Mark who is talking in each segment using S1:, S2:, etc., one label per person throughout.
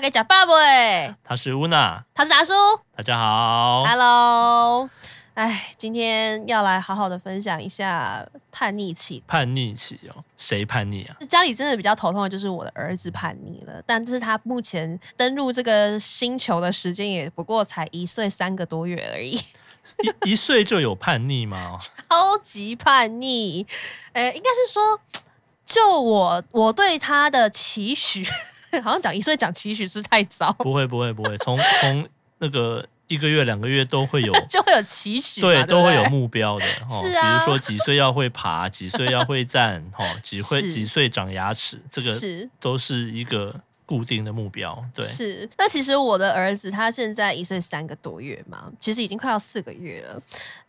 S1: 该假爸喂，
S2: 他是乌娜，
S1: 他是达叔
S2: 大家好。
S1: ，Hello。哎，今天要来好好的分享一下叛逆期。
S2: 叛逆期哦，谁叛逆啊？
S1: 家里真的比较头痛的就是我的儿子叛逆了，但是他目前登入这个星球的时间也不过才一岁三个多月而已，
S2: 一一岁就有叛逆吗？
S1: 超级叛逆。呃，应该是说，就我我对他的期许， 好像讲一岁讲期许是太早，，
S2: 不会不会不会，从从那个一个月两个月都会有
S1: 就会有期许嘛，对
S2: 对，
S1: 不
S2: 都会有
S1: 对
S2: 目 标的。哦
S1: 是啊
S2: 比如说几岁要会爬，几岁要 会站，哦，几岁
S1: 是
S2: 几岁长牙齿，这个
S1: 是
S2: 都是一个固定的目标。对，
S1: 是，那其实我的儿子他现在一岁三个多月嘛，其实已经快要四个月了。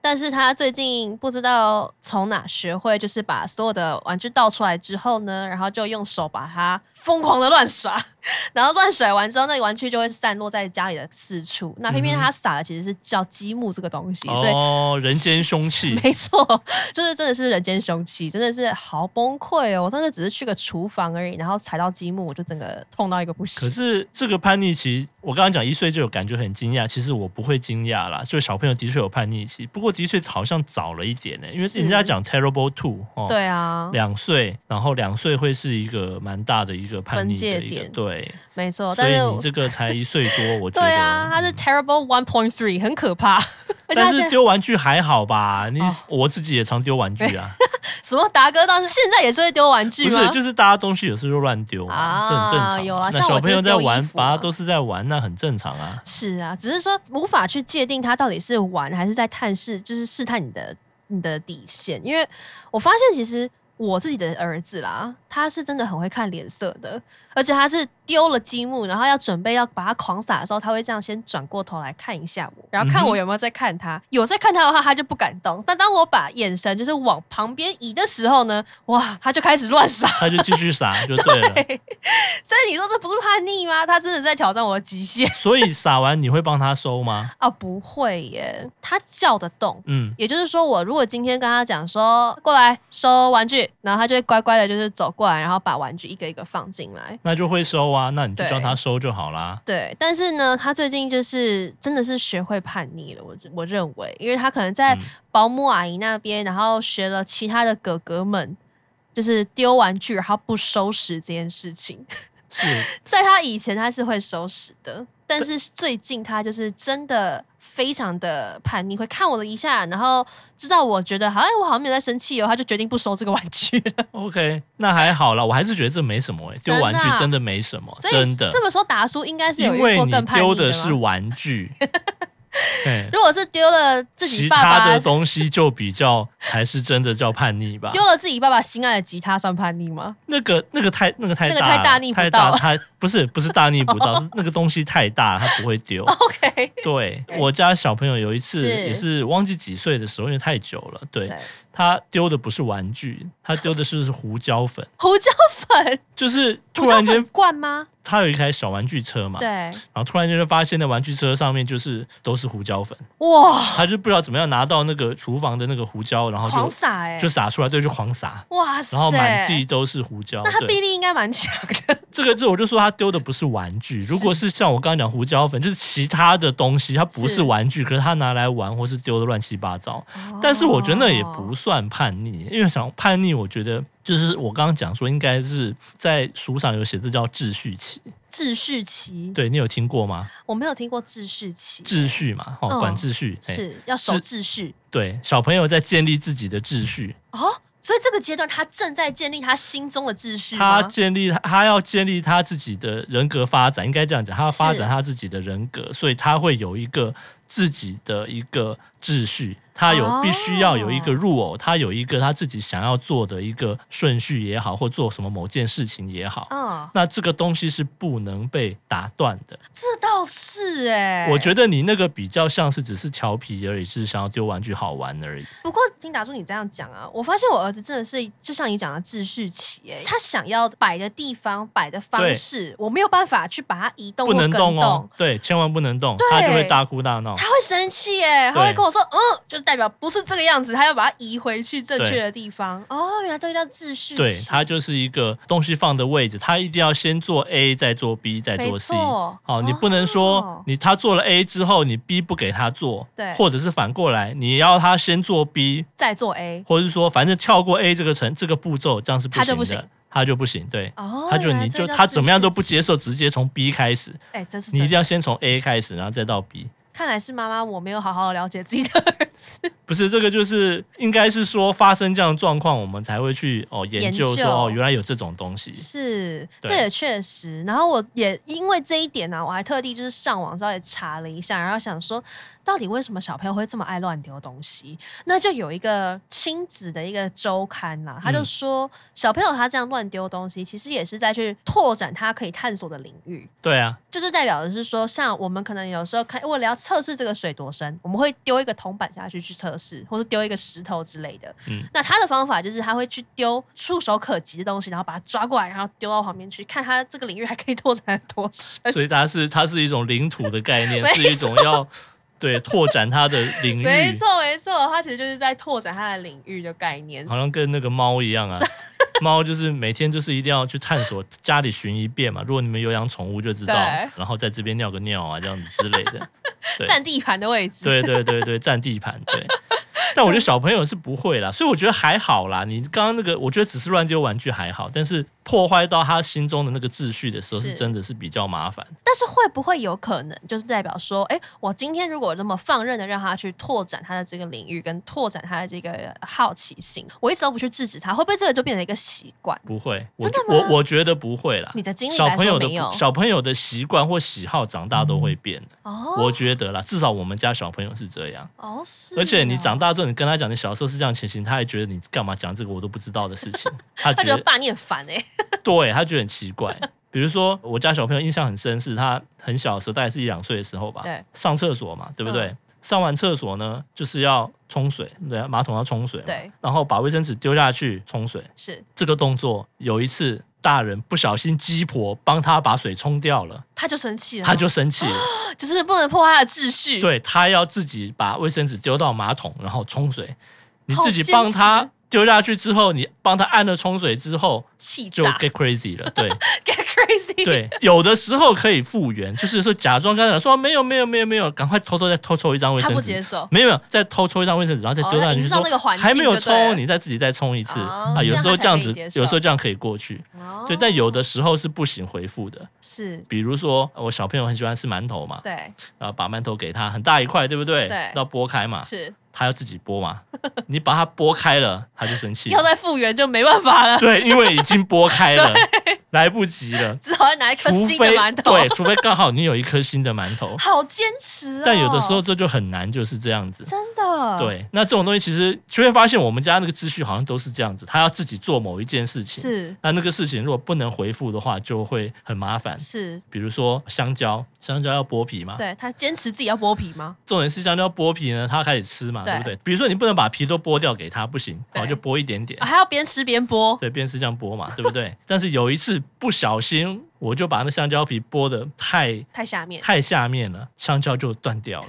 S1: 但是他最近不知道从哪学会，就是把所有的玩具倒出来之后呢，然后就用手把它疯狂的乱甩， 然后乱甩完之后，那个玩具就会散落在家里的四处。那偏偏
S2: 嗯哼
S1: 他撒的其实是叫积木这个东西，所以
S2: 哦，人 间凶器
S1: 没错，就是真的是人间凶器，真的是好崩溃哦！我上次只是去个厨房而已，然后踩到积木，我就整个痛到一个不行
S2: 可。是这个叛逆期，我刚刚讲一岁就有感觉很惊讶，其实我不会惊讶啦，就小朋友的确有叛逆期，不过的确好像早了一点呢、欸因为
S1: 是
S2: 人家讲 terrible two 哦，，
S1: 对啊，
S2: 两岁，然后两岁会是一个蛮大的一个叛逆
S1: 分
S2: 的一
S1: 界
S2: 个
S1: 点
S2: 对，
S1: 没错，
S2: 所
S1: 但
S2: 以
S1: 是
S2: 你
S1: 我
S2: 这个才一岁多，我 觉
S1: 对
S2: 得
S1: 啊，他是
S2: 嗯
S1: terrible one point three，很可怕。 而且他
S2: 但
S1: 现
S2: 是
S1: 在
S2: 丢玩具还好吧？你、
S1: 哦
S2: 我自己也常丢玩具啊，
S1: 什么达哥到现在也 是会丢玩具
S2: 不
S1: 吗？
S2: 是，就是大家东西有时候乱丢嘛，这很正常
S1: 啊
S2: 嘛。
S1: 有啦
S2: 那
S1: 像
S2: 小
S1: 我就
S2: 朋
S1: 是
S2: 友在
S1: 丢衣
S2: 玩
S1: 服
S2: 吧，
S1: 啊
S2: 都是在玩，那很正常啊。
S1: 是啊，只是说无法去界定他到底是玩还是在探视，就是试探你的你的底线。因为我发现其实我自己的儿子啦，他是真的很会看脸色的，而且他是丢了积木，然后要准备要把它狂撒的时候，他会这样先转过头来看一下我，然后看
S2: 嗯哼
S1: 我有没有在看他。有在看他的话，他就不敢动。但当我把眼神就是往旁边移的时候呢，哇，他就开始乱撒。
S2: 他就继续撒就对了。
S1: 所以你说这不是叛逆吗？他真的是在挑战我的极限。
S2: 所以撒完你会帮他 收吗？
S1: 啊，不会耶，他叫得动。
S2: 嗯，
S1: 也就是说，我如果今天跟他讲说过来收玩具，然后他就会乖乖的，就是走过来，然后把玩具一个一个放进来。
S2: 那就会收啊，那你就
S1: 对
S2: 叫他收就好啦。
S1: 对，但是呢，他最近就是真的是学会叛逆了，我我认为，因为他可能在
S2: 嗯
S1: 保姆阿姨那边，然后学了其他的哥哥们，就是丢玩具然后不收拾这件事情。
S2: 是，
S1: 在他以前他是会收拾的，但是最近他就是真的非常的叛逆，会看我了一下，然后知道我觉得好像我好像没有在生气哦，他就决定不收这个玩具 了。
S2: OK，那还好啦，我还是觉得这没什么诶、欸丢
S1: 真的
S2: 玩
S1: 啊
S2: 具真的没什么，
S1: 所以
S2: 真的，
S1: 这么说，达叔应该是有
S2: 因
S1: 遇
S2: 为
S1: 过
S2: 你
S1: 更叛
S2: 丢
S1: 逆
S2: 的
S1: 吗
S2: 是 玩具，嘿
S1: 如果是丢了自己
S2: 其
S1: 爸
S2: 他的
S1: 爸，
S2: 东西就比较才是真的叫叛逆吧。
S1: 丢了自己爸爸心爱的吉他算叛逆吗？
S2: 那个那个太那个太
S1: 那个
S2: 大
S1: 太
S2: 了
S1: 大逆不
S2: 太
S1: 道
S2: 大
S1: 了
S2: 太不是不是大逆不 道，是那个东西太大了，他不会丢。
S1: OK，
S2: 对
S1: 对
S2: 我家小朋友有一次
S1: 哦是
S2: 也是忘记几岁的时候，因为太久了，对
S1: 对
S2: 他丢的不是玩具，他丢的是胡椒粉，
S1: 胡椒粉，
S2: 就是
S1: 胡
S2: 突
S1: 椒
S2: 然
S1: 粉
S2: 间
S1: 罐吗？
S2: 他有一台小玩具车嘛，然
S1: 对，
S2: 后突然间就发现那玩具车上面就是都是胡椒粉，
S1: 哇，
S2: 他就不知道怎么样拿到那个厨房的那个胡椒，然后
S1: 狂
S2: 就
S1: 撒哎、
S2: 就撒出来，对，就狂撒。
S1: 哇塞，
S2: 然后满地都是胡椒，
S1: 那他
S2: 对
S1: 臂力应该蛮强的，
S2: 这个就我就说他丢的不是玩具，如果是像我刚刚讲胡椒粉，就是其他的东西，它不是
S1: 是
S2: 玩具，可是他拿来玩或是丢的乱七八糟。但是我觉得那也
S1: 哦
S2: 不算叛逆，因为想叛逆，我觉得就是我刚刚讲说，应该是在书上有写，这叫秩序期。
S1: 秩序期，
S2: 对你有听过吗？
S1: 我没有听过秩序期，
S2: 秩序嘛，哦，
S1: 嗯
S2: 管秩序，哎
S1: 是要守秩序
S2: 对，小朋友在建立自己的秩序，
S1: 哦。所以这个阶段，他正在建立他心中的秩序
S2: 他
S1: 吗？
S2: 建立他要建立他自己的人格发展，应该这样讲，他要发展
S1: 是
S2: 他自己的人格，所以他会有一个自己的一个秩序，他有、
S1: 哦
S2: 必须要有一个入偶，他有一个他自己想要做的一个顺序也好，或做什么某件事情也好。
S1: 嗯，
S2: 那这个东西是不能被打断的。
S1: 这倒是哎、
S2: 我觉
S1: 得。
S2: 得你那个比较像是只是调皮而已，只是想要丢玩具好玩而已。
S1: 不过听达叔你这样讲啊，我发现我儿子真的是就像你讲的秩序期哎、他想要摆的地方、摆的方
S2: 对
S1: 式，我没有办法去把它移动
S2: 不
S1: 或
S2: 能哦
S1: 跟
S2: 动哦，对，千万不能动，他就会大哭大闹。
S1: 他会生气耶，他会跟我说，嗯，就是代表不是这个样子，他要把它移回去正确的地方。哦，原来这个叫秩序
S2: 对，
S1: 期
S2: 它就是一个东西放的位置，它一定要先做 A，再做 B，再
S1: 没
S2: 做 C。
S1: 错，
S2: 好，你不能说
S1: 哦
S2: 你他做了 A 之后，你 B 不给他做，
S1: 对
S2: 或者是反过来，你要他先做 B，
S1: 再做 A，
S2: 或者是说反正跳过 A 这个程这个步骤，这样是不
S1: 他
S2: 行的，
S1: 就不行
S2: 他就不行，对，
S1: 哦，
S2: 他就
S1: 原来
S2: 你
S1: 这个
S2: 就
S1: 叫
S2: 他怎么样都
S1: 秩序
S2: 不
S1: 期，
S2: 接受，直接从 B 开始，
S1: 哎，真是
S2: 你一
S1: 真
S2: 定
S1: 的。
S2: 要先从 A 开始，然后再到 B。
S1: 看来是妈妈我没有好好了解自己的儿子，
S2: 不是这个，就是应该是说发生这样的状况，我们才会去哦研
S1: 研
S2: 究说
S1: 究
S2: 哦原来有这种东西，
S1: 是，
S2: 对
S1: 这也确实。然后我也因为这一点呢、我还特地就是上网稍微查了一下，然后想说，到底为什么小朋友会这么爱乱丢东西？那就有一个亲子的一个周刊啦，他就
S2: 嗯
S1: 说，小朋友他这样乱丢东西，其实也是在去拓展他可以探索的领域。
S2: 对啊，
S1: 就是代表的是说，像我们可能有时候看，为了要测试这个水多深，我们会丢一个铜板下去去测试，或是丢一个石头之类的。
S2: 嗯
S1: 那他的方法就是他会去丢触手可及的东西，然后把它抓过来，然后丢到旁边去，看他这个领域还可以拓展得多深。
S2: 所以它是它是一种领土的概 念
S1: 没，
S2: 是一种要对拓展它的领
S1: 没
S2: 域，
S1: 错，没错，他其实就是在拓展他的领域的概念。
S2: 好像跟那个猫一 样啊。猫就是每天就是一定要去探索家里巡一遍嘛。如果你们有养宠物就知道
S1: 对，
S2: 然后在这边尿个尿啊这样子之类的。对
S1: 占地盘的位置，
S2: 对对对对，占地盘对。但我觉得小朋友是不会啦，所以我觉得还好啦。你刚刚那个，我觉得只是乱丢玩具还好，但是破坏到他心中的那个秩序的时候，
S1: 是
S2: 是真的是比较麻烦。
S1: 但是会不会有可能，就是代表说，哎、我今天如果那么放任的让他去拓展他的这个领域，跟拓展他的这个好奇心，我一直都不去制止他，会不会这个就变成一个习惯？
S2: 不会，我
S1: 真的
S2: 觉我
S1: 吗
S2: 我觉得不会啦。
S1: 你的经历
S2: 小
S1: 来
S2: 朋友
S1: 说
S2: 的
S1: 没有
S2: 不小朋友的习惯或喜好，长大都会变的。
S1: 哦，
S2: 我觉得啦，至少我们家小朋友是这样。
S1: 哦是哦，
S2: 而且你长大之后，你跟他讲你小时候是这样情形，他还觉得你干嘛讲这个我都不知道的事情，他
S1: 他
S2: 觉
S1: 觉
S2: 得
S1: 得爸你很烦哎、
S2: 对他觉得很奇怪。比如说，我家小朋友印象很深，是他很小的时候，大概是一两岁的时候吧，
S1: 对，
S2: 上厕所嘛，对不对？
S1: 嗯
S2: 上完厕所呢，就是要冲水，对，啊马桶要冲水嘛，
S1: 对，
S2: 然后把卫生纸丢下去冲水，
S1: 是
S2: 这个动作有一次大人不小心鸡婆帮他把水冲掉了，
S1: 他就生气了，
S2: 他就 生气了，
S1: 就是不能破坏他的秩序，，
S2: 对他要自己把卫生纸丢到马桶，然后冲水。你
S1: 好
S2: 自己
S1: 坚
S2: 帮
S1: 持
S2: 他丢下去之后，你帮他按了冲水之后，
S1: 气
S2: 就
S1: 炸
S2: get crazy 了。对
S1: get crazy，，
S2: 对， 有的时候可以复原，就是说假装刚才说哦没有没有没有没有，赶快偷偷再偷抽一张卫
S1: 他
S2: 生
S1: 不
S2: 纸
S1: 接。受，
S2: 没有没有，再偷抽一张卫生纸，然后再
S1: 哦
S2: 丢
S1: 要
S2: 上去
S1: 营
S2: 说
S1: 造那个环
S2: 还没有
S1: 境就对
S2: 抽，
S1: 了
S2: 你再自己再冲一次
S1: 哦
S2: 啊。有
S1: 这样
S2: 时候
S1: 他
S2: 这样
S1: 才可
S2: 子
S1: 以接，
S2: 有时候
S1: 受
S2: 这样可以过去。
S1: 哦
S2: 对，但有的时候是不行回复的，
S1: 是
S2: 比如说呃我小朋友很喜欢吃馒头嘛，
S1: 对
S2: 然后把馒头给他很大一块，对不对？
S1: 对
S2: 要剥开嘛，
S1: 是，
S2: 他要自己剥嘛，你把它剥开了，他就生气
S1: 要
S2: 了。
S1: 再复原就没办法了，
S2: 对，因为已经剥开 了，来不及了，
S1: 只好拿一颗
S2: 除
S1: 新的
S2: 非
S1: 馒头，，
S2: 对，除非刚好你有一颗新的馒头
S1: 好坚持、哦，哦
S2: 但有的时候这就很难，就是这样子。
S1: 真的，
S2: 对，那这种东西其实就会发现，我们家那个秩序好像都是这样子，他要自己做某一件事情，
S1: 是
S2: 那那个事情如果不能回复的话，就会很麻烦。
S1: 是，
S2: 比如说香蕉，香蕉要剥皮嘛，
S1: 对他坚持自己要剥皮吗？
S2: 重点是香蕉剥皮呢，它开始吃嘛，对
S1: 对
S2: 不对？比如说你不能把皮都剥掉给它，不行，
S1: 对
S2: 好就剥一点点
S1: 啊、，还要边吃边剥，
S2: 对，便是这样剥嘛，对不对？ 但是有一次不小心，我就把那香蕉皮剥的太
S1: 太下面
S2: 太下面了，香蕉就 断掉了，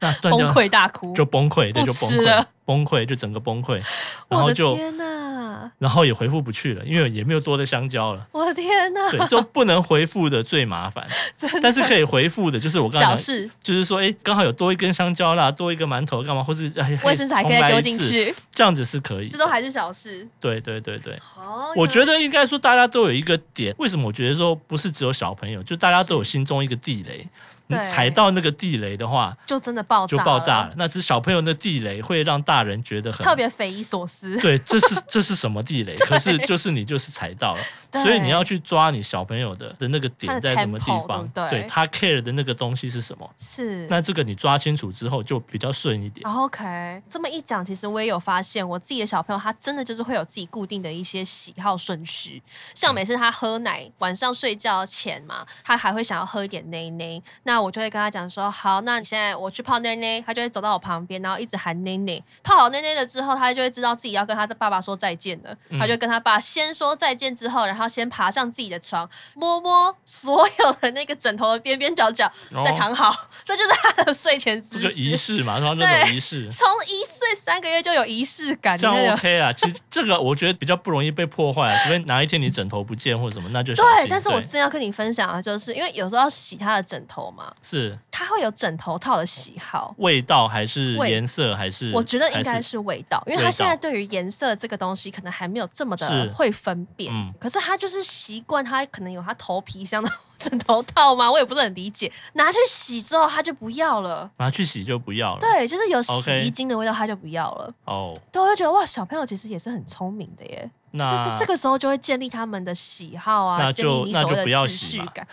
S2: 那断
S1: 崩
S2: 掉
S1: 溃大哭，
S2: 就崩溃，对，
S1: 不
S2: 就崩
S1: 吃
S2: 溃
S1: 了，
S2: 崩溃就整个崩溃，然
S1: 我
S2: 后
S1: 的
S2: 就
S1: 天哪，
S2: 然后也回复不去了，因为也没有多的香蕉了。
S1: 我的天哪，
S2: 对，就不能回复的最麻烦，
S1: 真的
S2: 但是可以回复的，就是我刚
S1: 小
S2: 刚讲
S1: 事，
S2: 就是说，哎，刚好有多一根香蕉啦，多一个馒头干嘛，或是哎
S1: 卫生纸还可
S2: 重来
S1: 以
S2: 一
S1: 丢进
S2: 次，
S1: 去，
S2: 这样子是可以的。
S1: 这都还是小事。
S2: 对对对对，
S1: 哦，
S2: 我觉
S1: 得
S2: 得应该说大家都有一个点，为什么我觉得说不是只有小朋友，就大家都有心中一个地雷，你
S1: 对
S2: 踩到那个地雷的话
S1: 就真的爆炸，
S2: 就爆炸了，。那只是小朋友的地雷会让大人觉得很
S1: 特。别匪夷所思，
S2: 对，这是 这是什么地雷？可是就是你就是踩到了，
S1: 对
S2: 所以你要去抓你小朋友的的那个
S1: 他
S2: 点
S1: 的
S2: 在什么地
S1: tempo，
S2: 方，
S1: 对不对
S2: 他 care 的那个东西是什么。
S1: 是
S2: 那这个你抓清楚之后就比较顺一点。
S1: 然后哦 OK，这么一讲，其实我也有发现，我自己的小朋友他真的就是会有自己固定的一些喜好顺序。
S2: 嗯
S1: 像每次他喝奶，晚上睡觉前嘛，他还会想要喝一点奶奶。那那我就会跟他讲说，好，那你现在我去泡奶奶，他就会走到我旁边，然后一直喊奶奶。泡好奶奶了之后，他就会知道自己要跟他的爸爸说再见了，
S2: 嗯
S1: 他就跟他爸先说再见之后，然后先爬上自己的床，摸摸所有的那个枕头的边边角角，再
S2: 哦
S1: 躺好，这就是他的睡前
S2: 这
S1: 姿
S2: 个仪
S1: 势。
S2: 式 嘛，然后那种
S1: 对
S2: 仪式，
S1: 从一岁三个月就有仪式感，
S2: 这样
S1: 你看有
S2: OK 啊。其实这个我觉得比较不容易被破坏，啊除非哪一天你枕头不见或什么，那就小
S1: 对
S2: 心，
S1: 但是我
S2: 对
S1: 真要跟你分享的就是，因为有时候要洗他的枕头嘛，
S2: 是
S1: 他会有枕头套的喜好。
S2: 味道还是
S1: 味
S2: 颜色还是，
S1: 我觉得应
S2: 嗯还
S1: 该
S2: 是
S1: 是味道，因为
S2: 味
S1: 他现在
S2: 道
S1: 对于颜色这个东西可能还没有这么
S2: 是
S1: 的会分辨，
S2: 嗯
S1: 可是他就是习惯，他可能有他头皮上的 枕头套嘛，我也不是很理解。拿去洗之后他就不要了，
S2: 拿去洗就不要了。
S1: 对，就是有洗
S2: OK
S1: 衣精的味道他就不要了。
S2: 哦，
S1: 对，我就觉得哇，小朋友其实也是很聪明的耶，就是
S2: 那
S1: 在这个时候就会建立他们的喜好
S2: 那
S1: 啊，建立
S2: 就
S1: 你
S2: 那
S1: 所
S2: 就
S1: 谓的
S2: 不要
S1: 秩
S2: 洗
S1: 序
S2: 嘛
S1: 感。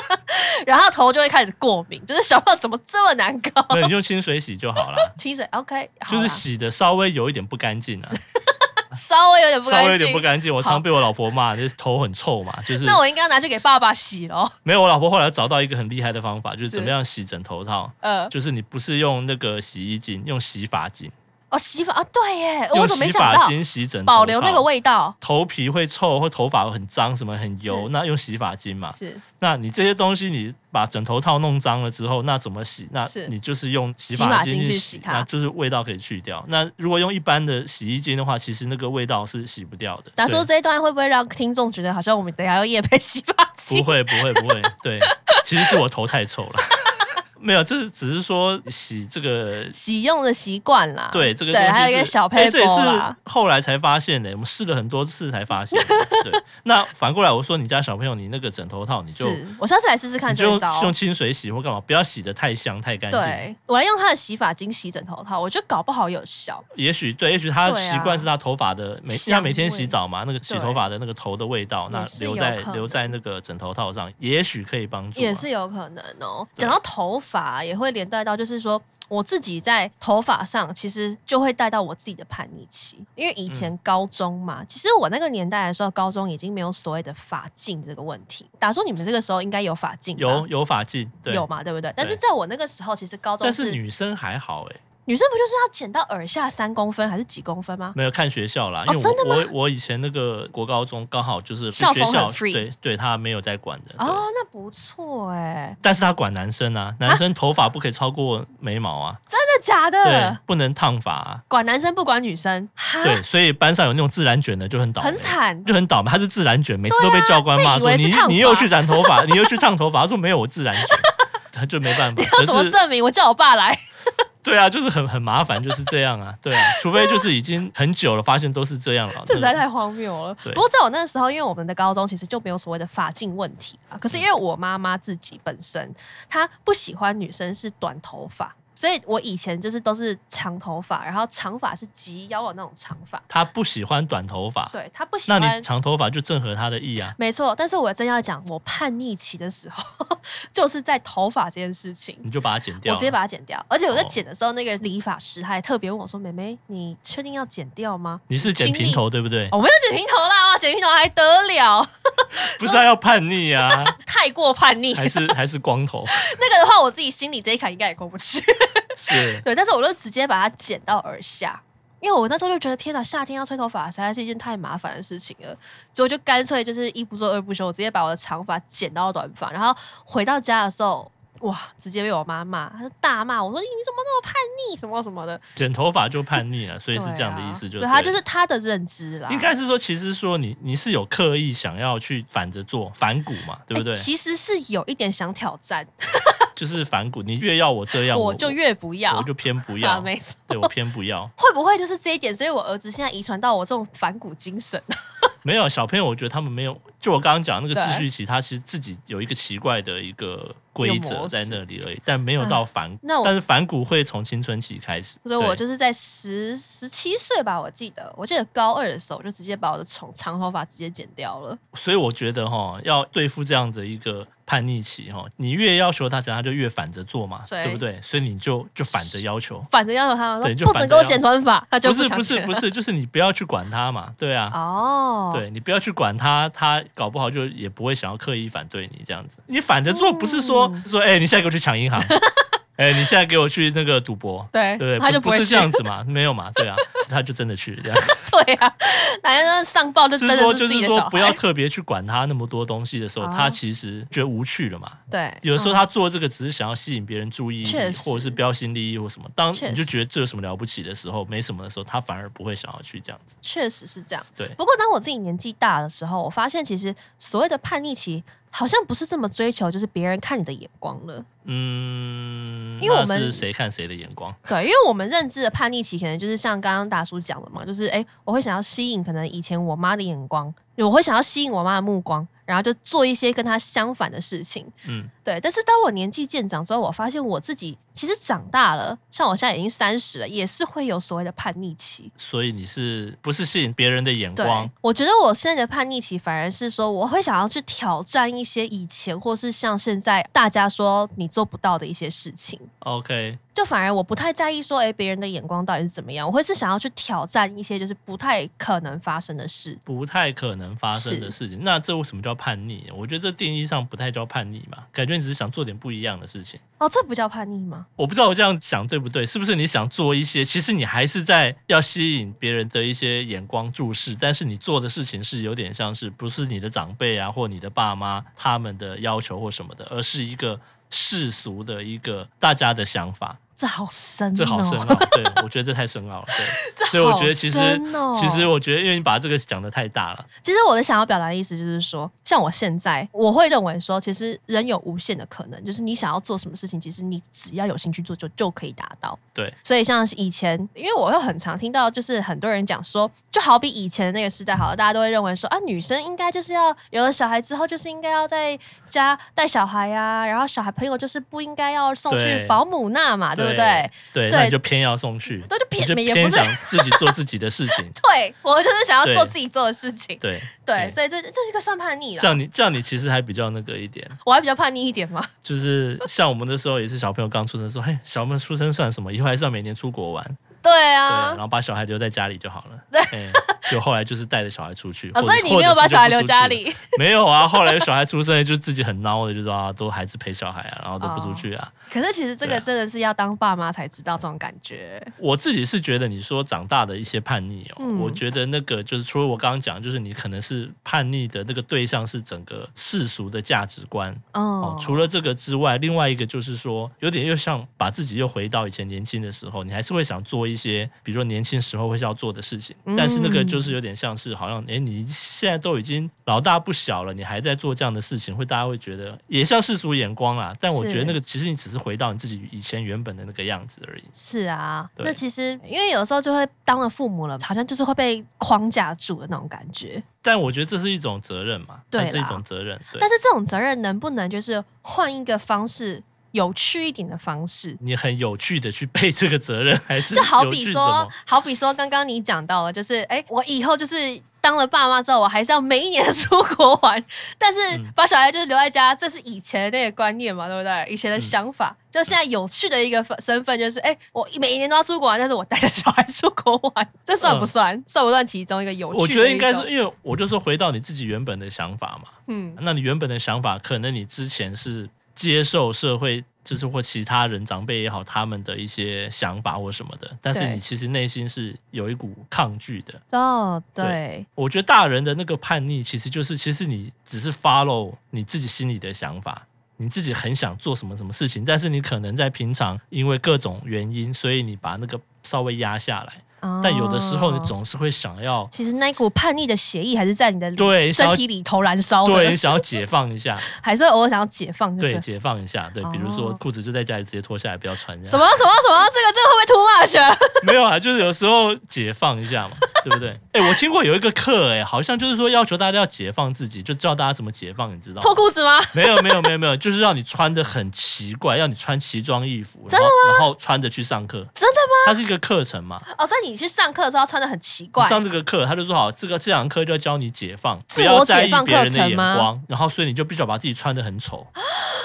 S1: 然后头就会开始过敏，就是小朋友怎么这么难搞？。
S2: 那你用清水洗就好了
S1: 清水 OK，好啊
S2: 就是
S1: 啦
S2: 洗的稍微有一点不干净啊，
S1: 稍微有 点不
S2: 稍微有
S1: 干
S2: 点不
S1: 净。
S2: 干净。我
S1: 好
S2: 常被我老婆骂，就是头很臭嘛，就是
S1: 那我应该要拿去给爸爸洗咯。
S2: 没有。我老婆后来找到一个很厉害的方法，就是怎
S1: 是
S2: 么样洗枕头套，
S1: 呃，
S2: 就是你不是用那个洗衣精，用洗发精，
S1: 哦，洗发啊，对耶，
S2: 用
S1: 我怎么没
S2: 洗
S1: 想
S2: 发
S1: 到
S2: 精洗枕头
S1: 保留那个
S2: 套。啊
S1: 味道？
S2: 头皮会臭或头发很脏，什么很油，
S1: 是
S2: 那用洗发精嘛。
S1: 是
S2: 那你这些东西，你把枕头套弄脏了之后，那怎么洗？那
S1: 是
S2: 你就是用洗
S1: 洗发
S2: 精
S1: 精
S2: 去
S1: 去洗它
S2: 那就是味道可以去掉。那如果用一般的洗衣精的话，其实那个味道是洗不掉的。
S1: 打说
S2: 对
S1: 这一段会不会让听众觉得好像我们等一下要夜配洗发
S2: 不
S1: 精？
S2: 会不会不会， 对，其实是我头太臭了。 没有，这只是说洗这个
S1: 洗用的习惯啦，
S2: 对，这个
S1: 对，
S2: 东西
S1: 还有一个
S2: 是
S1: 小
S2: 哎
S1: 配
S2: 这也
S1: 包
S2: 是
S1: 啦，
S2: 后来才发现的。我们试了很多次才 发现的。对，那反过来我说，你家小朋友，你那个枕头套，你就是
S1: 我下次来试试看
S2: 你
S1: 这
S2: 就
S1: 一招。
S2: 用清水洗或干嘛，不要洗的太香太干净。
S1: 对，我来用他的洗发精洗枕头套，我觉得搞不好有效。
S2: 也许对，也许他
S1: 对啊
S2: 习惯是他头发的每，因为他
S1: 香
S2: 每天洗
S1: 味
S2: 澡嘛，那个洗
S1: 对
S2: 头发的那个头的味道，那
S1: 也是
S2: 留
S1: 有
S2: 在
S1: 可
S2: 留在那个枕头套上，也许可以帮助嘛。啊
S1: 也是有可能哦。
S2: 对
S1: 讲到头发，也会连带到，就是说我自己在头发上，其实就会带到我自己的叛逆期，因为以前高中嘛，
S2: 嗯
S1: 其实我那个年代的时候，高中已经没有所谓的发禁这个问题。打说你们这个时候应该有发禁吧，
S2: 有有发髻，对，
S1: 有嘛，对不对？但是在我那个时候，其实高中
S2: 但是女生还好哎、
S1: 女生不就是要剪到耳下三公分还是几公分吗？
S2: 没有看学校啦，
S1: 哦
S2: 因为我、
S1: 真的
S2: 我我以前那个国高中刚好就是
S1: 校
S2: 学
S1: 风
S2: 校
S1: 很 free
S2: 对对，他没有在管的。对
S1: 哦，那不错哎，
S2: 但是他管男生啊，男生头发不可以超过眉毛啊，
S1: 真的假
S2: 对
S1: 的？，
S2: 不能烫发啊，
S1: 管男生不管女生，哈，
S2: 对，所以班上有那种自然卷的就很倒霉，
S1: 很 惨。
S2: 就很倒霉，他是自然卷，每次都被教官骂说、
S1: 啊被以为是
S2: 你
S1: 烫
S2: 你
S1: 发
S2: 又去染头 发，你又去烫头发，他说没有我自然卷，他就没办法。
S1: 要怎
S2: 可
S1: 么
S2: 是
S1: 证明？我叫我爸 来。
S2: 对啊，就是很很麻烦，就是这样啊，对啊，除非就是已经很久了，发现都是这样了，
S1: 这实在
S2: 那
S1: 太荒谬了。
S2: 嗯对
S1: 不过在我那时候，因为我们的高中其实就没有所谓的发禁问题啊。
S2: 嗯
S1: 可是因为我妈妈自己本身她不喜欢女生是短头发，所以我以前就是都是长头发，然后长发是及腰的那种长发。
S2: 他不喜欢短头发，
S1: 对她不喜
S2: 那你
S1: 欢。
S2: 长头发就正合他的意啊。
S1: 没错，但是我真要讲，我叛逆期的时候， 就是在头发这件事情，
S2: 你就把它剪嗯掉啊
S1: 我
S2: 了，
S1: 直接把它剪掉。而且我在
S2: 哦
S1: 剪的时候，那个理发师还特别问我说：“妹妹，你确定要剪掉吗？”
S2: 你是剪
S1: 经历
S2: 平头对不对？
S1: 哦我没有剪平头啦，哇，剪平头还得了？
S2: 不是还要叛逆 啊，
S1: 太过叛逆，
S2: 还是还是光头？
S1: 那个的话，我自己心里这一坎应该也过不去。
S2: 是
S1: 对，但是我就直接把它剪到耳下，因为我那时候就觉得，天哪，夏天要吹头发实在是一件太麻烦的事情了，所以我就干脆就是一不做二不休，我直接把我的长发剪到短发，然后回到家的时候。哇！直接被我妈骂，她就大骂我说：“你怎么那么叛逆，什么什么的。
S2: 剪头发就叛逆了，所以
S1: 对
S2: 是
S1: 啊”
S2: 这样的意思就对
S1: 所
S2: 了，
S1: 以她就是她的认知啦。
S2: 应该是说，其实说你你是有刻意想要去反着做反骨嘛，对不对？
S1: 欸其实是有一点想挑战，
S2: 就是反骨，你越要我这样，
S1: 我就越不要。
S2: 我就偏不
S1: 啊，
S2: 要，
S1: 没错。
S2: 对我偏不要。
S1: 会不会就是这一点？所以我儿子现在遗传到我这种反骨精 神。
S2: 没有小朋友，我觉得他们没有，就我刚刚讲那个
S1: 对
S2: 秩序期，他其实自己有一个奇怪的一个规
S1: 一个
S2: 则
S1: 模
S2: 在
S1: 式
S2: 那里而已，但没有到反骨。
S1: 嗯啊那我
S2: 但是反骨会从青春期开始，
S1: 所以我
S2: 对
S1: 就是在十十七岁吧，我记得，我记得高二的时候，我就直接把我的长长头发直接剪掉了。
S2: 所以我觉得哈，要对付这样的一个叛逆期哈，你越要求他怎样，他就越反着做嘛，
S1: 所以
S2: 对不对？所以你就就反着要求，
S1: 反正要求他
S2: 对
S1: 们
S2: 就
S1: 说不
S2: 反
S1: 准给
S2: 着
S1: 我
S2: 要
S1: 剪短发， 他就
S2: 不是
S1: 想
S2: 不是
S1: 剪
S2: 不是， 就是你不要去管他嘛，对啊，
S1: 哦，，
S2: 对你不要去管他，他搞不好就也不会想要刻意反对你这样子。你反着做，不是说、
S1: 嗯
S2: 说哎、你现在给我去 抢银行，哎、你现在给我去那个赌博，
S1: 对
S2: 对不对？
S1: 他就
S2: 不
S1: 会
S2: 是
S1: 去
S2: 这样子嘛，没有嘛，对啊，他就真的去这样。
S1: 对啊，反正上报 就真
S2: 是
S1: 的
S2: 说
S1: 自
S2: 就
S1: 己
S2: 是
S1: 的
S2: 说
S1: 小
S2: 不要
S1: 孩，
S2: 特别去管他那么多东西的时候，
S1: 哦
S2: 他其实觉得无趣了嘛。
S1: 对，
S2: 有的时候
S1: 嗯
S2: 他做这个只是想要吸引别人注意
S1: 确
S2: 力，
S1: 实
S2: 或者是标新立异或什么。当
S1: 确
S2: 你就
S1: 实
S2: 觉得这有什么了不起的时候，没什么的时候，他反而不会想要去这样子。
S1: 确实是这样。
S2: 对
S1: 不过当我自己年纪大的时候，我发现其实所谓的叛逆期，好像不是这么追求，就是别人看你的眼光了。
S2: 嗯，
S1: 因为我
S2: 那是
S1: 们
S2: 谁看谁的眼光。
S1: 对，因为我们认知的叛逆期，可能就是像刚刚大叔讲的嘛，就是哎、诶我会想要吸引可能以前我妈的眼光，我会想要吸引我妈的目光，然后就做一些跟她相反的事情。
S2: 嗯，
S1: 对，但是当我年纪渐长之后，我发现我自己其实长大了，像我现在已经三十了，也是会有所谓的叛逆期。
S2: 所以你是不是吸引别人的眼
S1: 对
S2: 光？，
S1: 我觉得我现在的叛逆期反而是说，我会想要去挑战一些以前或是像现在大家说你做不到的一些事情。
S2: ？OK，
S1: 就反而我不太在意说，哎，别人的眼光到底是怎么样，我会是想要去挑战一些就是不太可能发生的事。
S2: 不太可能发生
S1: 是
S2: 的事情。那这为什么叫叛逆？我觉得这定义上不太叫叛逆嘛，感觉你只是想做点不一样的事情。
S1: 哦，这不叫叛逆吗？
S2: 我不知道我这样想对不对，是不是你想做一些，其实你还是在要吸引别人的一些眼光注视，但是你做的事情是有点像是不是你的长辈啊或你的爸妈他们的要求或什么的，而是一个世俗的一个大家的想法，
S1: 这好深、哦，
S2: 这好深奥，对我觉得这太深奥了， 对，所以我觉得其实、
S1: 好深哦
S2: 其实我觉得，因为你把这个讲的太大了，
S1: 其实我的想要表达的意思就是说，像我现在，我会认为说，其实人有无限的可能，就是你想要做什么事情，其实你只要有兴趣做就，就可以达到。
S2: 对，
S1: 所以像以前，因为我又很常听到，就是很多人讲说，就好比以前的那个时代，好了，大家都会认为说啊，女生应该就是要有了小孩之后，就是应该要在家带小孩呀、然后小孩朋友就是不应该要送去
S2: 对
S1: 保姆那啊嘛，对不对？？对
S2: 对，那你就偏要送去，
S1: 对，就
S2: 你
S1: 偏
S2: 就
S1: 也不
S2: 偏
S1: 是，
S2: 想。自己做自己的事情
S1: 对，我就是想要做
S2: 对
S1: 自己做的事情，
S2: 对
S1: 对，所以这这这是一个算叛逆
S2: 这
S1: 了。
S2: 样你这样你其实还比较那个一点。
S1: 我还比较叛逆一点嘛，
S2: 就是像我们那时候也是小朋友刚出生，说，嘿，小朋友出生算什么？以后还是要每年出国玩，
S1: 对
S2: 对，
S1: 啊
S2: 然，后把小孩留在家里就好了。
S1: 对
S2: 哎，就后来就是带着小孩出去，
S1: 啊，所以
S2: 或者
S1: 你没有把小孩留家？
S2: 或者是就不出去
S1: 里，
S2: 了没有啊，后来小孩出生就自己很孬的，就说啊，都还是陪小孩啊，然后都
S1: 哦
S2: 不出去啊。
S1: 可是其实这
S2: 对
S1: 个
S2: 啊
S1: 真的是要当爸妈才知道这种感觉。
S2: 我自己是觉得你说长大的一些叛逆哦，
S1: 嗯
S2: 我觉得那个就是除了我刚刚讲，就是你可能是叛逆的那个对象是整个世俗的价值观，哦
S1: 哦，，
S2: 除了这个之外，另外一个就是说，有点又像把自己又回到以前年轻的时候，你还是会想做一些，比如说年轻时候会要做的事情，
S1: 嗯
S2: 但是那个就是有点像是好像，哎，你现在都已经老大不小了，你还在做这样的事情，会大家会觉得也像世俗眼光啦。但我
S1: 是
S2: 觉得那个其实你只是回到你自己以前原本的那个样子而已。
S1: 是啊，
S2: 对
S1: 那其实因为有时候就会当了父母了，好像就是会被框架住的那种感觉。
S2: 但我觉得这是一种责任嘛，
S1: 对
S2: 它是一
S1: 啦
S2: 种责任。对
S1: 但，是这种责任能不能就是换一个方式，有趣一点的方式？
S2: 你很有趣的去背这个责任，还是
S1: 就好
S2: 有
S1: 比
S2: 趣什
S1: 说
S2: 么，
S1: 好比说，刚刚你讲到了，就是哎、诶我以后就是当了爸妈之后，我还是要每一年 的出国玩，但是
S2: 嗯
S1: 把小孩就是留在家，这是以前的那个观念嘛，对不对？以前的
S2: 嗯
S1: 想法，就现在有趣的一个分身份就是，哎、我每一年都要出国玩，但是我带着小孩出国玩，这算不
S2: 嗯
S1: 算？算不算其中一个有趣的
S2: 我觉得
S1: 一
S2: 应该
S1: 种
S2: 是，因为我就说回到你自己原本的想法嘛。
S1: 嗯，
S2: 那你原本的想法，可能你之前是接受社会，就是或其他人长辈也好，他们的一些想法或什么的，但是
S1: 对
S2: 你其实内心是有一股抗拒的。
S1: 哦，对
S2: 对，我觉得大人的那个叛逆，其实就是其实你只是 follow 你自己心里的想法。你自己很想做什么什么事情，但是你可能在平常因为各种原因，所以你把那个稍微压下来。但有的时候你
S1: 哦。
S2: 总是会想要
S1: 其实那一股叛逆的血液还是在你的
S2: 对
S1: 身
S2: 想要
S1: 体里头燃烧
S2: 对，
S1: 的，
S2: 想要解放一 下，
S1: 还是会偶尔想要解放就
S2: 对，
S1: 了
S2: 解放一下，对，比如说
S1: 哦
S2: 裤子就在家里直接脱下来，不要 穿。
S1: 什？么什么什么，这个这个会不会 too much？啊
S2: 没有啊，就是有时候解放一下嘛，对不对？哎、我听过有一个课，哎，好像就是说要求大家要解放自己，就教大家怎么解放，你知道
S1: 脱
S2: 吗？
S1: 裤子吗？
S2: 没有没有没有没有，就是让你穿的很奇怪，要你穿奇装异服，然后然后穿着去上课，
S1: 真的吗？
S2: 它是一个课程嘛。
S1: 哦，所以你去上课的时候穿的很奇
S2: 你
S1: 怪，
S2: 上这个课，他就说好，这个这堂课就要教你解放，不
S1: 自
S2: 要
S1: 我
S2: 在
S1: 解
S2: 意
S1: 放
S2: 别人
S1: 课
S2: 的
S1: 程
S2: 眼
S1: 吗
S2: 光，然后所以你就必须要把自己穿的很丑，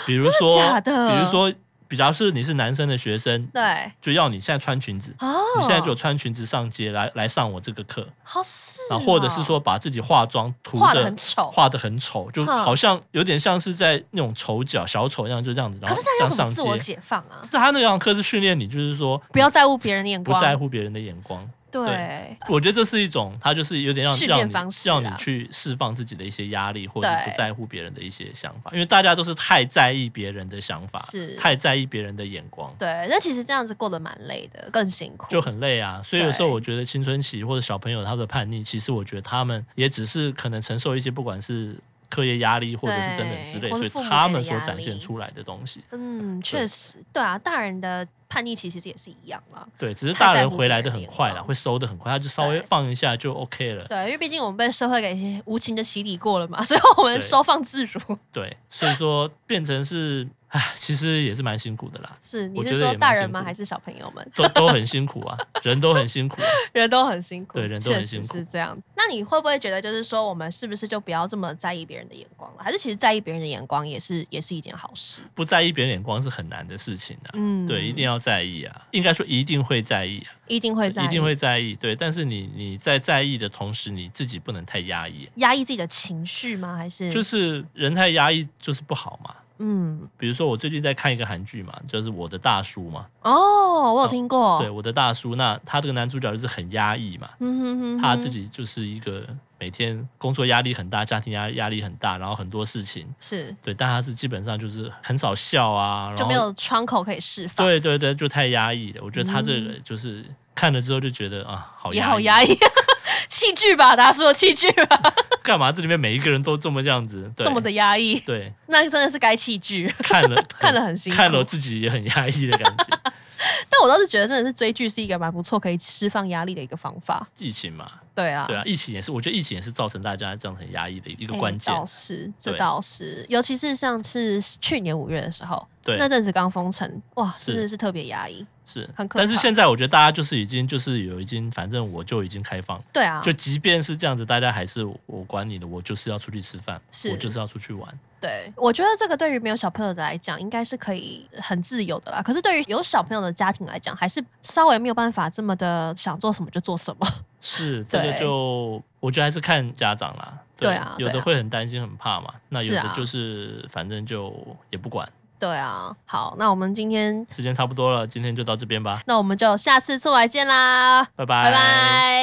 S2: 比如说，
S1: 假的
S2: 比如说，比较是你是男生的学生，
S1: 对，
S2: 就要你现在穿裙子，
S1: 哦，
S2: 你现在就穿裙子上街来来上我这个课，
S1: 好哦是、
S2: 然后或者是。说把自己化妆涂
S1: 画的
S2: 的
S1: 很丑，
S2: 画的很丑，就
S1: 哼
S2: 好像有点像是在那种丑角小丑一样，就这样子，然
S1: 可
S2: 后
S1: 是
S2: 这
S1: 这样要
S2: 样
S1: 怎
S2: 上
S1: 么自我
S2: 街。
S1: 解放啊？
S2: 他那堂课是训练你，就是说
S1: 不要在乎别人的眼
S2: 不
S1: 光，
S2: 在乎别人的眼光。
S1: 对，
S2: 我觉得这是一种，他就是有点让
S1: 训
S2: 让
S1: 练
S2: 你
S1: 方式啊
S2: 让你去释放自己的一些压力，或者是
S1: 对
S2: 不在乎别人的一些想法，因为大家都是太在意别人的想法，
S1: 是
S2: 太在意别人的眼光，
S1: 对。那其实这样子过得蛮累的，更辛苦。
S2: 就很累啊。所以有时候
S1: 对
S2: 我觉得青春期或者小朋友他的叛逆，其实我觉得他们也只是可能承受一些不管是课业压力或者是等等之类，
S1: 对或
S2: 所
S1: 是
S2: 以
S1: 父母给
S2: 他
S1: 的
S2: 们所
S1: 压
S2: 展现
S1: 力
S2: 出来的东西，
S1: 嗯，确实，对啊，大人的叛逆期其实也是一样啦。
S2: 对，只是
S1: 太
S2: 大
S1: 在
S2: 人
S1: 乎
S2: 回
S1: 别
S2: 来
S1: 人
S2: 的
S1: 的
S2: 很
S1: 眼
S2: 快啦，
S1: 光
S2: 会收的很快，他就稍微
S1: 对
S2: 放一下就 OK 了。
S1: 对，因为毕竟我们被社会给无情的洗礼过了嘛，所以我们
S2: 对
S1: 收放自如。
S2: 对，所以说变成是，唉，其实也是蛮辛苦的啦。
S1: 是，你
S2: 我
S1: 是
S2: 觉得
S1: 说
S2: 也蛮
S1: 大
S2: 辛
S1: 人吗？
S2: 苦
S1: 还是小朋友们？
S2: 都都很辛苦啊， 人都很辛苦啊、
S1: 人都很辛苦，
S2: 对人都
S1: 确
S2: 很
S1: 实
S2: 辛苦
S1: 是这样。那你会不会觉得，就是说，我们是不是就不要这么在意别人的眼光啊了？还是其实在意别人的眼光也是也是一件好事？
S2: 不在意别人眼光是很难的事情啊。
S1: 嗯，
S2: 对，一定要在意啊，应该说一定会在意啊，
S1: 一定会在意，
S2: 一定会在意。对，但是你你在在意的同时，你自己不能太压抑，
S1: 压抑自己的情绪吗？还是
S2: 就是人太压抑就是不好嘛。
S1: 嗯
S2: 比如说我最近在看一个韩剧嘛，就是我的大叔嘛，
S1: 哦，我有听过，
S2: 对，我的大叔，那他这个男主角就是很压抑嘛，
S1: 嗯哼哼
S2: 他自
S1: 己
S2: 己就是一个每天工作压力很大，家庭压压力很大，然后很多事情，
S1: 是
S2: 对，但他是基本上就是很少笑啊，然后
S1: 就没有窗口可以释放，
S2: 对对对，就太压抑了。我觉得他这个
S1: 嗯
S2: 就是看了之后就觉得啊，好
S1: 也
S2: 压
S1: 好
S2: 抑
S1: 压抑， 器具吧，大家说器具吧，
S2: 干嘛？这里面每一个人都这么这样子，对
S1: 这么的压抑，
S2: 对，
S1: 那真的是该器具。
S2: 看了
S1: 看了很辛苦
S2: 看了自己也很压抑的感 觉。
S1: 但我倒是觉得，真的是追剧是一个蛮不错可以释放压力的一个方法。
S2: 疫情嘛，
S1: 对啊，
S2: 对啊，疫情也是，我觉得疫情也是造成大家这样很压抑的一个
S1: 哎
S2: 关键。
S1: 倒是，这
S2: 对
S1: 倒是，尤其是上次去年五月的时候，
S2: 对
S1: 那，阵子刚封城，哇，
S2: 是
S1: 真的是特别压抑。
S2: 是
S1: 很可
S2: 但是
S1: 怕
S2: 现在我觉得大家就是已经就是有已经，反正我就已经开放。
S1: 对啊，
S2: 就即便是这样子，大家还是我管你的，我就是要出去吃饭，
S1: 是
S2: 我就是要出去玩。
S1: 对，我觉得这个对于没有小朋友的来讲，应该是可以很自由的啦。可是对于有小朋友的家庭来讲，还是稍微没有办法这么的想做什么就做什么。
S2: 是这个
S1: 对
S2: 就我觉得还是看家长啦。
S1: 对啊
S2: 有
S1: 对
S2: 的
S1: 啊
S2: 会很担心、很怕嘛，那有
S1: 是
S2: 的
S1: 啊
S2: 就是反正就也不管。
S1: 对啊，好，那我们今天，
S2: 时间差不多了，今天就到这边吧，
S1: 那我们就下次出来见啦，
S2: 拜拜
S1: 拜拜。